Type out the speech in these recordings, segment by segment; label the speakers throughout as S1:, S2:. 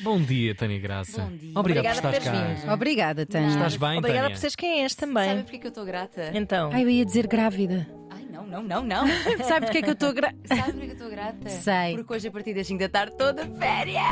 S1: Bom dia, Tânia Graça.
S2: Bom dia.
S1: Obrigado
S3: Obrigada
S1: por
S3: por
S1: estares
S3: teres
S1: cá.
S3: vindo.
S2: Obrigada, Tânia.
S1: Estás bem,
S3: Obrigada
S1: Tânia?
S3: por seres quem és
S2: Sabem
S3: também.
S2: porquê que eu estou grata?
S3: Então,
S4: Ai, Ah, eu ia dizer grávida.
S2: Ai, não, não, não, não.
S4: Sabe porquê que eu estou grávida?
S2: Sabem porquê que eu estou grata?
S4: Sei.
S2: Porque hoje, a partir das 5 da tarde, toda férias.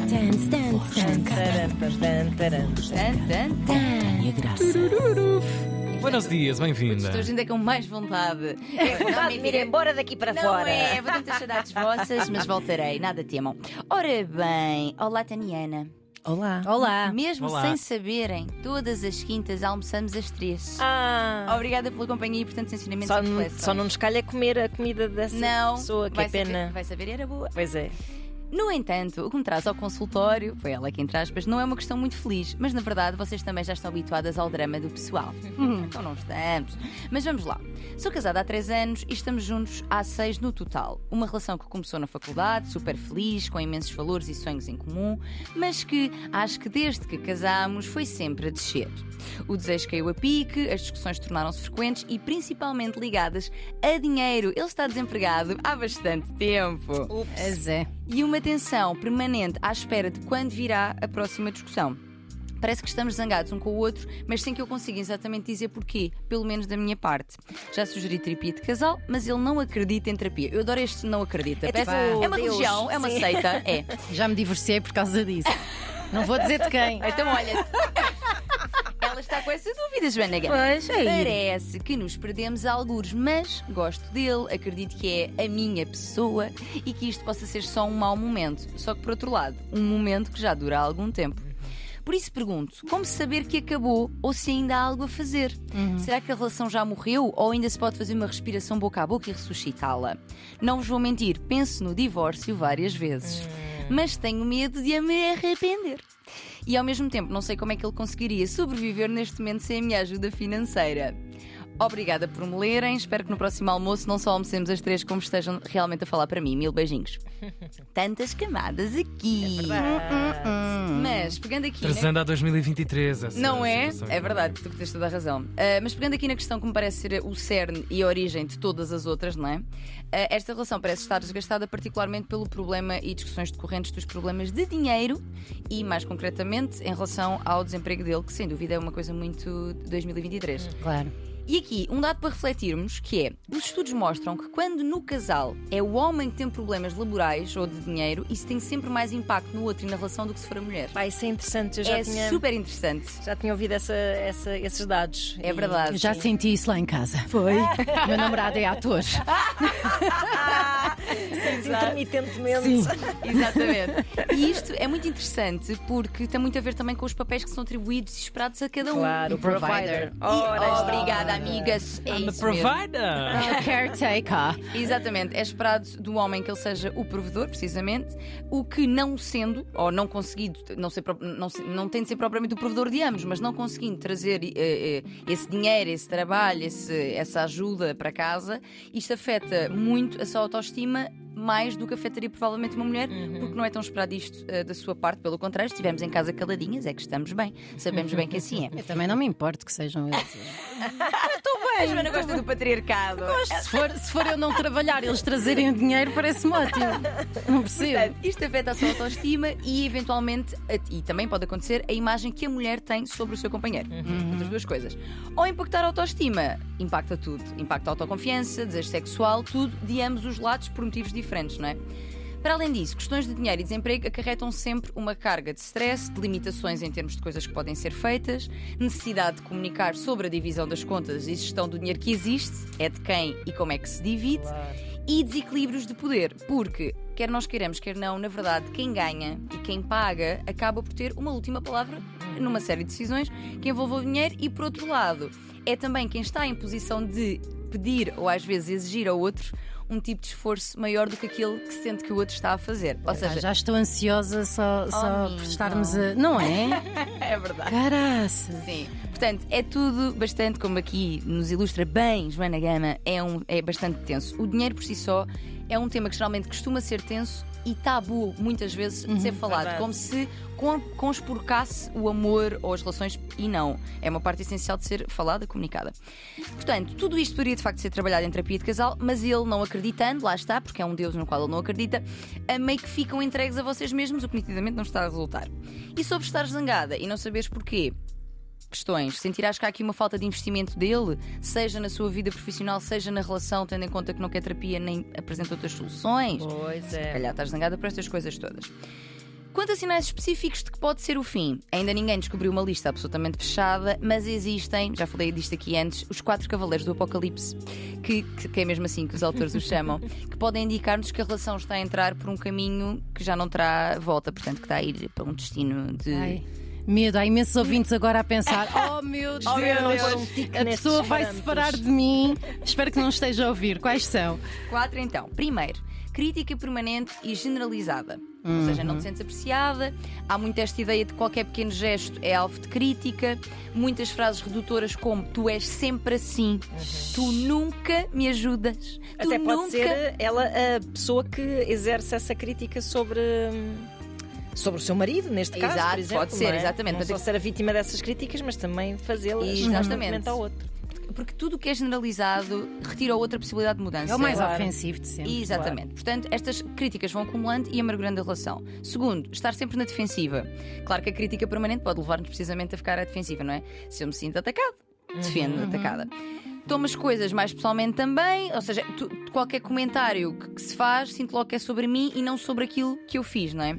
S4: Dance, dance, dance.
S3: Taran, taran, taran.
S2: Tan, tan, tan.
S1: Buenos dias, bem-vinda.
S2: Estou ainda com mais vontade. É, não,
S3: Vontade de me ir
S2: mentira.
S3: embora daqui para
S2: Não
S3: fora.
S2: é, vou tentar saudades vossas, mas voltarei, nada temam. Ora bem, olá Taniana.
S3: Olá.
S4: Olá.
S2: Mesmo
S1: Olá.
S2: sem saberem, todas as quintas almoçamos às três.
S3: Ah,
S2: Obrigada pela companhia e por tantos ensinamentos
S3: só,
S2: e
S3: não-
S2: reflexões.
S3: só não nos calha comer a comida dessa
S2: Não,
S3: pessoa, que
S2: vai
S3: é
S2: saber-
S3: pena.
S2: vai saber, era boa.
S3: Pois é.
S2: No entanto, o que me traz ao consultório, foi ela que entre aspas, não é uma questão muito feliz, mas na verdade vocês também já estão habituadas ao drama do pessoal. Hum, então não estamos. Mas vamos lá. Sou casada há 3 anos e estamos juntos há 6 no total. Uma relação que começou na faculdade, super feliz, com imensos valores e sonhos em comum, mas que acho que desde que casámos foi sempre a descer. O desejo caiu a pique, as discussões tornaram-se frequentes e principalmente ligadas a dinheiro. Ele está desempregado há bastante tempo
S4: Pois é.
S2: e uma tensão permanente à espera de quando virá a próxima discussão. Parece que estamos zangados um com o outro, mas sem que eu consiga exatamente dizer porquê, pelo menos da minha parte. Já sugeri terapia de casal, mas ele não acredita em terapia. Eu adoro este não acredita.
S3: É tipo,
S2: é uma
S3: Deus,
S2: religião, é uma
S3: sim.
S2: seita, é.
S4: Já me divorciei por causa disso. Não vou dizer de quem.
S2: Então olha, ela está com essa dúvida, Joana Gama.
S3: Pois é.
S2: Parece que nos perdemos a algures, mas gosto dele, acredito que é a minha pessoa e que isto possa ser só um mau momento. Só que, por outro lado, um momento que já dura há algum tempo. Por isso pergunto, como saber que acabou ou se ainda há algo a fazer? Será que a relação já morreu ou ainda se pode fazer uma respiração boca a boca e ressuscitá-la? Não vos vou mentir, penso no divórcio várias vezes, mas tenho medo de me arrepender. E ao mesmo tempo não sei como é que ele conseguiria sobreviver neste momento sem a minha ajuda financeira. Obrigada por me lerem, espero que no próximo almoço não só almocemos as três como estejam realmente a falar para mim. Mil beijinhos. Tantas camadas
S3: É
S2: aqui. hum, Mas pegando aqui. na-
S1: Trazendo a 2023. essa
S2: não é?
S1: situação.
S2: É verdade, tu que tens toda a razão. Ah, mas pegando aqui na questão que me parece ser o cerne e a origem de todas as outras, não é? Ah, esta relação parece estar desgastada particularmente pelo problema e discussões decorrentes dos problemas de dinheiro e, mais concretamente, em relação ao desemprego dele, que sem dúvida é uma coisa muito de 2023.
S3: Hum.
S4: Claro.
S2: E aqui, um dado para refletirmos, que é, os estudos mostram que quando no casal é o homem que tem problemas laborais ou de dinheiro, isso tem sempre mais impacto no outro e na relação do que se for a mulher.
S3: Vai ser interessante. Eu já,
S2: É
S3: tinha,
S2: super interessante.
S3: já tinha ouvido essa, essa- esses dados.
S2: É
S3: E-
S2: verdade.
S4: Já senti isso lá em casa. Foi. Meu namorado é ator.
S2: Ah.
S3: Intermitentemente.
S2: Exatamente. E isto é muito interessante porque tem muito a ver também com os papéis que são atribuídos e esperados a cada um.
S3: Claro, o
S2: E-
S3: provider. Ora, está.
S2: obrigada, amigas. É
S1: I'm a
S2: isso mesmo. Ah.
S1: provider.
S4: Caretaker.
S2: Exatamente. É esperado do homem que ele seja o provedor, precisamente, o que não sendo, ou não conseguido, não, ser, pro- não, se- não tem de ser propriamente o provedor de ambos, mas não conseguindo trazer eh, eh, esse dinheiro, esse trabalho, esse- essa ajuda para casa, isto afeta muito a sua autoestima. Mais do que afetaria provavelmente uma mulher, porque não é tão esperado isto eh, da sua parte. Pelo contrário, se estivermos em casa caladinhas, é que estamos bem. Sabemos bem que assim é.
S4: Eu também não me importo que sejam eles.
S2: A Joana gosta do patriarcado.
S4: Se for, se for eu não trabalhar, eles trazerem o dinheiro, parece-me ótimo. Não percebo.
S2: Portanto, isto afeta a sua autoestima e, eventualmente, a- e também pode acontecer, a imagem que a mulher tem sobre o seu companheiro. Outras duas coisas. Ao impactar a autoestima, impacta tudo. Impacta a autoconfiança, desejo sexual, tudo de ambos os lados por motivos diferentes, não é? Para além disso, questões de dinheiro e desemprego acarretam sempre uma carga de stress, de limitações em termos de coisas que podem ser feitas, necessidade de comunicar sobre a divisão das contas e gestão do dinheiro que existe, é de quem e como é que se divide, e desequilíbrios de poder, porque, quer nós queiramos, quer não, na verdade, quem ganha e quem paga acaba por ter uma última palavra numa série de decisões que envolvam dinheiro e, por outro lado, é também quem está em posição de pedir ou às vezes exigir ao outro um tipo de esforço maior do que aquele que sente que o outro está a fazer. Ou
S4: Ah,
S2: seja,
S4: Já estou ansiosa só, só
S2: amigo.
S4: por estarmos a. Não é?
S2: é verdade.
S4: Caraças.
S2: Sim. Portanto, é tudo bastante, como aqui nos ilustra bem Joana Gama, é, um, é bastante tenso. O dinheiro por si só é um tema que geralmente costuma ser tenso e tabu, muitas vezes, de ser falado.
S3: verdade.
S2: Como se con- conspurcasse o amor ou as relações, e não. É uma parte essencial de ser falada, comunicada. Portanto, tudo isto poderia de facto ser trabalhado em terapia de casal, mas ele não acreditando, lá está, porque é um Deus no qual ele não acredita, a meio que ficam entregues a vocês mesmos, o que nitidamente não está a resultar. E sobre estar zangada e não saberes porquê, questões. Sentirás que há aqui uma falta de investimento dele, seja na sua vida profissional, seja na relação, tendo em conta que não quer terapia nem apresenta outras soluções.
S3: Pois
S2: Se
S3: é.
S2: calhar estás zangada por estas coisas todas. Quanto a sinais específicos de que pode ser o fim, ainda ninguém descobriu uma lista absolutamente fechada, mas existem, já falei disto aqui antes, os quatro cavaleiros do Apocalipse, que, que- que é mesmo assim que os autores os chamam, que podem indicar-nos que a relação está a entrar por um caminho que já não terá volta, portanto, que está a ir para um destino de.
S4: Ai, medo, há imensos ouvintes agora a pensar: oh meu Deus,
S3: Oh, meu Deus.
S4: a
S3: Nestes
S4: pessoa vai
S3: parâmetros.
S4: separar de mim. Espero que não esteja a ouvir. Quais são?
S2: Quatro, então. Primeiro, crítica permanente e generalizada. Ou seja, não te sentes apreciada, há muito esta ideia de que qualquer pequeno gesto é alvo de crítica, muitas frases redutoras como tu és sempre assim, tu nunca me ajudas, tu
S3: Até
S2: nunca.
S3: pode ser eh, ela a pessoa que exerce essa crítica sobre. hum, Sobre o seu marido, neste caso,
S2: Exato,
S3: por exemplo,
S2: pode ser,
S3: não é?
S2: exatamente.
S3: Não
S2: Mas
S3: só
S2: é que-
S3: ser a vítima dessas críticas, mas também fazê-las
S2: Exatamente.
S3: relativamente um ao outro.
S2: Porque tudo o que é generalizado retira a outra possibilidade de mudança.
S4: É o mais
S3: Claro.
S4: ofensivo de sempre.
S2: Exatamente. Portanto, estas críticas vão acumulando e amargurando a relação. Segundo, estar sempre na defensiva. Claro que a crítica permanente pode levar-nos precisamente a ficar à defensiva, não é? Se eu me sinto atacado, defendo atacada. Tomas coisas mais pessoalmente também, ou seja, tu- qualquer comentário que, que se faz, sinto logo que é sobre mim e não sobre aquilo que eu fiz, não é?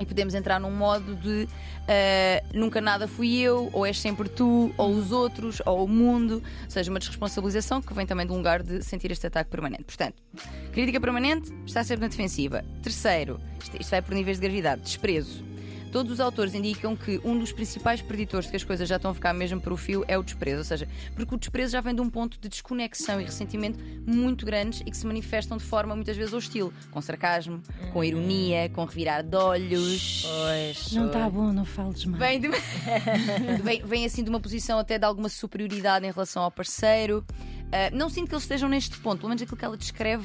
S2: E podemos entrar num modo de eh, nunca nada fui eu, ou és sempre tu, ou os outros, ou o mundo, ou seja, uma desresponsabilização que vem também de um lugar de sentir este ataque permanente. Portanto, crítica permanente está sempre na defensiva. Terceiro, isto, isto vai por níveis de gravidade, desprezo. Todos os autores indicam que um dos principais preditores de que as coisas já estão a ficar mesmo para o fio é o desprezo, ou seja, porque o desprezo já vem de um ponto de desconexão e ressentimento muito grandes e que se manifestam de forma muitas vezes hostil, com sarcasmo, com ironia, com revirar de olhos.
S3: Pois.
S4: Não está bom, não fales mais.
S2: Vem, de... vem, vem, assim de uma posição até de alguma superioridade em relação ao parceiro. Ah, não sinto que eles estejam neste ponto, pelo menos aquilo que ela descreve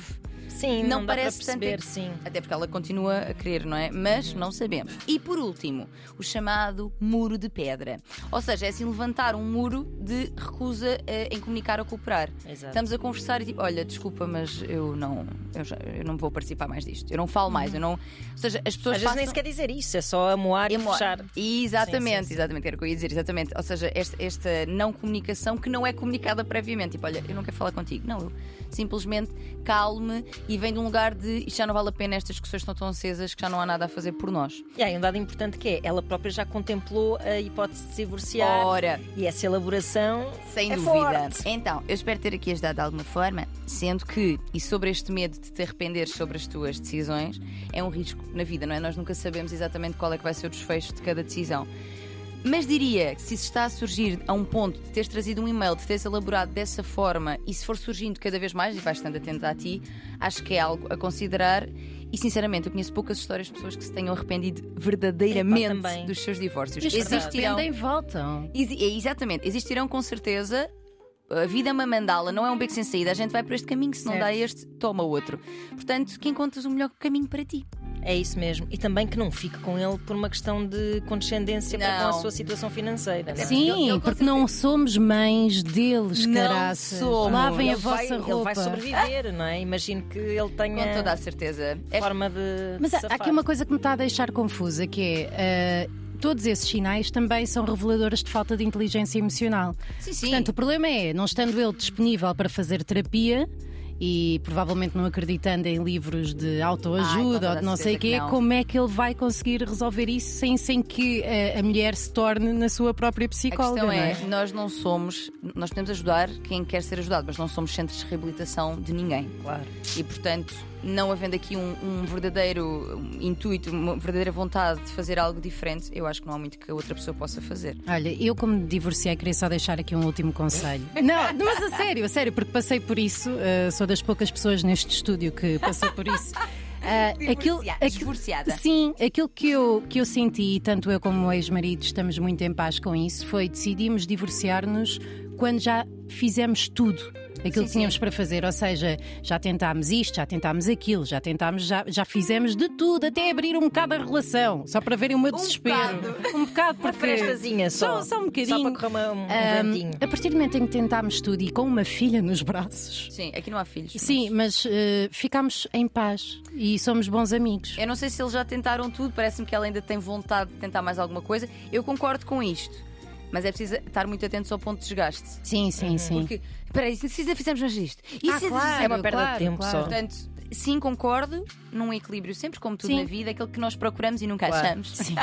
S3: Sim,
S2: Não
S3: não, dá
S2: parece
S3: para
S2: tanto-
S3: perceber, sim.
S2: até porque ela continua a querer, não é? Mas não sabemos. E por último, o chamado muro de pedra. Ou seja, é assim levantar um muro de recusa eh, em comunicar ou cooperar.
S3: Exato.
S2: Estamos a conversar e tipo, olha, desculpa, mas eu não, eu, já- eu não vou participar mais disto. Eu não falo mais, eu não. Ou seja, as pessoas
S3: Às vezes nem
S2: passam-
S3: se quer dizer isso, é só amoar e
S2: Emo-
S3: fechar.
S2: Exatamente,
S3: Sim, sim, sim.
S2: exatamente, era o que eu ia dizer, exatamente. Ou seja, este- esta, não comunicação que não é comunicada previamente. Tipo, olha, eu não quero falar contigo. Não, eu simplesmente calme e vem de um lugar de isto já não vale a pena, estas discussões estão tão acesas que já não há nada a fazer por nós.
S3: E há um dado importante que é, ela própria já contemplou a hipótese de se divorciar
S2: Ora,
S3: e essa elaboração
S2: sem
S3: é
S2: dúvida.
S3: forte.
S2: Então, eu espero ter aqui ajudado de alguma forma, sendo que, e sobre este medo de te arrepender sobre as tuas decisões, é um risco na vida, não é? Nós nunca sabemos exatamente qual é que vai ser o desfecho de cada decisão. Mas diria que se isso está a surgir a um ponto de teres trazido um e-mail, de teres elaborado dessa forma e se for surgindo cada vez mais e vais estando atento a ti, acho que é algo a considerar. E sinceramente, eu conheço poucas histórias de pessoas que se tenham arrependido verdadeiramente
S3: também.
S2: dos seus divórcios.
S4: Os que se
S3: um
S2: Existirão-
S4: arrependem voltam.
S2: Exi- é, exatamente, existirão com certeza. A vida é uma mandala, não é um beco sem saída. A gente vai por este caminho, se não
S4: Certo.
S2: dá este, toma outro. Portanto, que encontres o melhor caminho para ti.
S3: É isso mesmo. E também que não fique com ele por uma questão de condescendência para com a
S2: Não.
S3: sua situação financeira. não é?
S4: Sim,
S2: eu- eu com
S4: porque não somos mães deles,
S2: Não
S4: caraças.
S2: somos.
S4: Lavem a
S3: Ele vai-
S4: vossa roupa.
S3: Ele vai sobreviver, não é? Imagino que ele
S2: Com
S3: tenha
S2: toda a certeza. Esta-
S3: forma de.
S4: Mas há, há
S3: safar.
S4: aqui uma coisa que me está a deixar confusa, que é. ah, Todos esses sinais também são reveladores de falta de inteligência emocional.
S2: Sim, sim.
S4: Portanto, o problema é, não estando ele disponível para fazer terapia e provavelmente não acreditando em livros de
S2: Ai, com
S4: autoajuda
S2: toda
S4: ou de não
S2: a
S4: sei
S2: certeza
S4: o
S2: que
S4: quê,
S2: não.
S4: como é que ele vai conseguir resolver isso sem, sem que eh, a, mulher se torne na sua própria
S2: a
S4: psicóloga?
S2: questão
S4: não
S2: é,
S4: é?
S2: nós não somos, nós podemos ajudar quem quer ser ajudado, mas não somos centros de reabilitação de ninguém.
S3: Claro.
S2: E portanto, não havendo aqui um, um verdadeiro um intuito, uma verdadeira vontade de fazer algo diferente, eu acho que não há muito que a outra pessoa possa fazer.
S4: Olha, eu como me divorciei queria só deixar aqui um último conselho. Não, mas a sério, a sério, porque passei por isso, eh, sou das poucas pessoas neste estúdio que passou por isso. Ah, aquilo,
S2: Divorcia-
S4: aquilo-
S2: divorciada.
S4: Sim, aquilo que eu, que eu senti, e tanto eu como o ex-marido estamos muito em paz com isso, foi decidimos divorciar-nos quando já fizemos tudo. aquilo
S2: Sim,
S4: que tínhamos para fazer. Ou seja, já tentámos isto, já tentámos aquilo, já tentámos, já, já fizemos de tudo, até abrir um bocado a relação, só para verem o meu
S2: Um
S4: desespero. Um bocado,
S3: Uma
S4: porque.
S3: frestazinha só.
S4: Só, só um
S3: Só para
S4: bocadinho.
S3: correr uma, um
S4: Ahm,
S3: ventinho.
S4: a partir do momento em que tentámos tudo e com uma filha nos braços.
S2: Sim, aqui não há filhos.
S4: Sim, mas eh, ficámos em paz e somos bons amigos.
S2: Eu não sei se eles já tentaram tudo, parece-me que ela ainda tem vontade de tentar mais alguma coisa. Eu concordo com isto, mas é preciso estar muito atentos ao ponto de desgaste.
S4: Sim, sim, sim.
S2: Porque, peraí, se se ainda fizermos mais isto, e
S4: Ah,
S2: se
S4: claro,
S3: é uma perda de
S4: claro,
S3: tempo
S4: claro.
S3: só.
S2: Portanto, sim, concordo, num equilíbrio, sempre como tudo
S4: Sim.
S2: na vida, aquilo que nós procuramos e nunca
S3: Claro.
S2: achamos.
S4: Sim.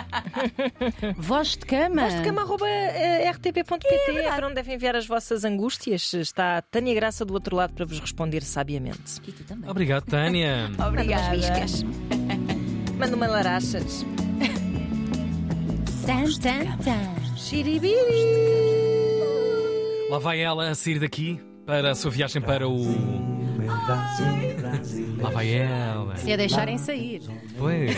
S4: Voz de cama.
S3: Mas de cama é arroba, eh, rtp.pt para onde devem enviar as vossas angústias. Está a Tânia Graça do outro lado para vos responder sabiamente.
S2: E tu também.
S1: Obrigado, Tânia.
S2: Obrigada.
S3: Manda uma larachas.
S4: Tan, tan, tan.
S3: Xiribiri.
S1: Lá vai ela a sair daqui para a sua viagem para o. Lá vai ela.
S4: Se a deixarem sair. É
S1: Pois.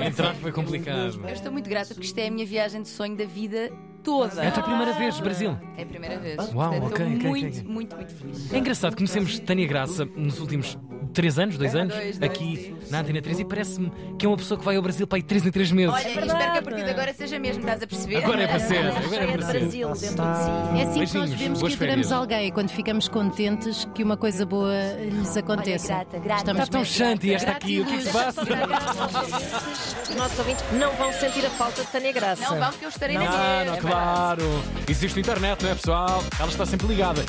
S1: Entrar foi complicado.
S2: Eu estou muito grata porque isto é a minha viagem de sonho da vida toda.
S1: É a tua primeira vez, Brasil.
S2: É a primeira vez.
S1: Uau,
S2: Portanto,
S1: ok, ok,
S2: estou muito,
S1: ok.
S2: muito, muito feliz.
S1: É engraçado, conhecemos Tânia Graça nos últimos 3 anos, 2 anos,
S2: É, dois, dois,
S1: aqui
S2: sim.
S1: na Antena 3 e parece-me que é uma pessoa que vai ao Brasil para aí 3 em 3 meses.
S2: Olha, e espero que a partir de agora seja mesmo, estás a perceber?
S1: Agora é para ser, agora é
S3: Cheia de
S1: para ser.
S3: Brasil dentro de si.
S4: É assim que nós
S1: Beijinhos,
S4: vemos que
S1: boas
S4: adoramos
S1: férias.
S4: alguém quando ficamos contentes que uma coisa boa lhes aconteça.
S2: grata, grata.
S4: Estamos
S1: Está tão
S4: bem.
S1: chante esta
S4: Grata
S1: aqui,
S4: e
S1: o que é que se
S4: luz.
S1: passa?
S3: Os nossos ouvintes não vão sentir a falta de Tânia Graça.
S2: Não vão, porque eu estarei na
S1: Ah, Não,
S2: minha.
S1: não, claro. Existe internet, não é pessoal? Ela está sempre ligada.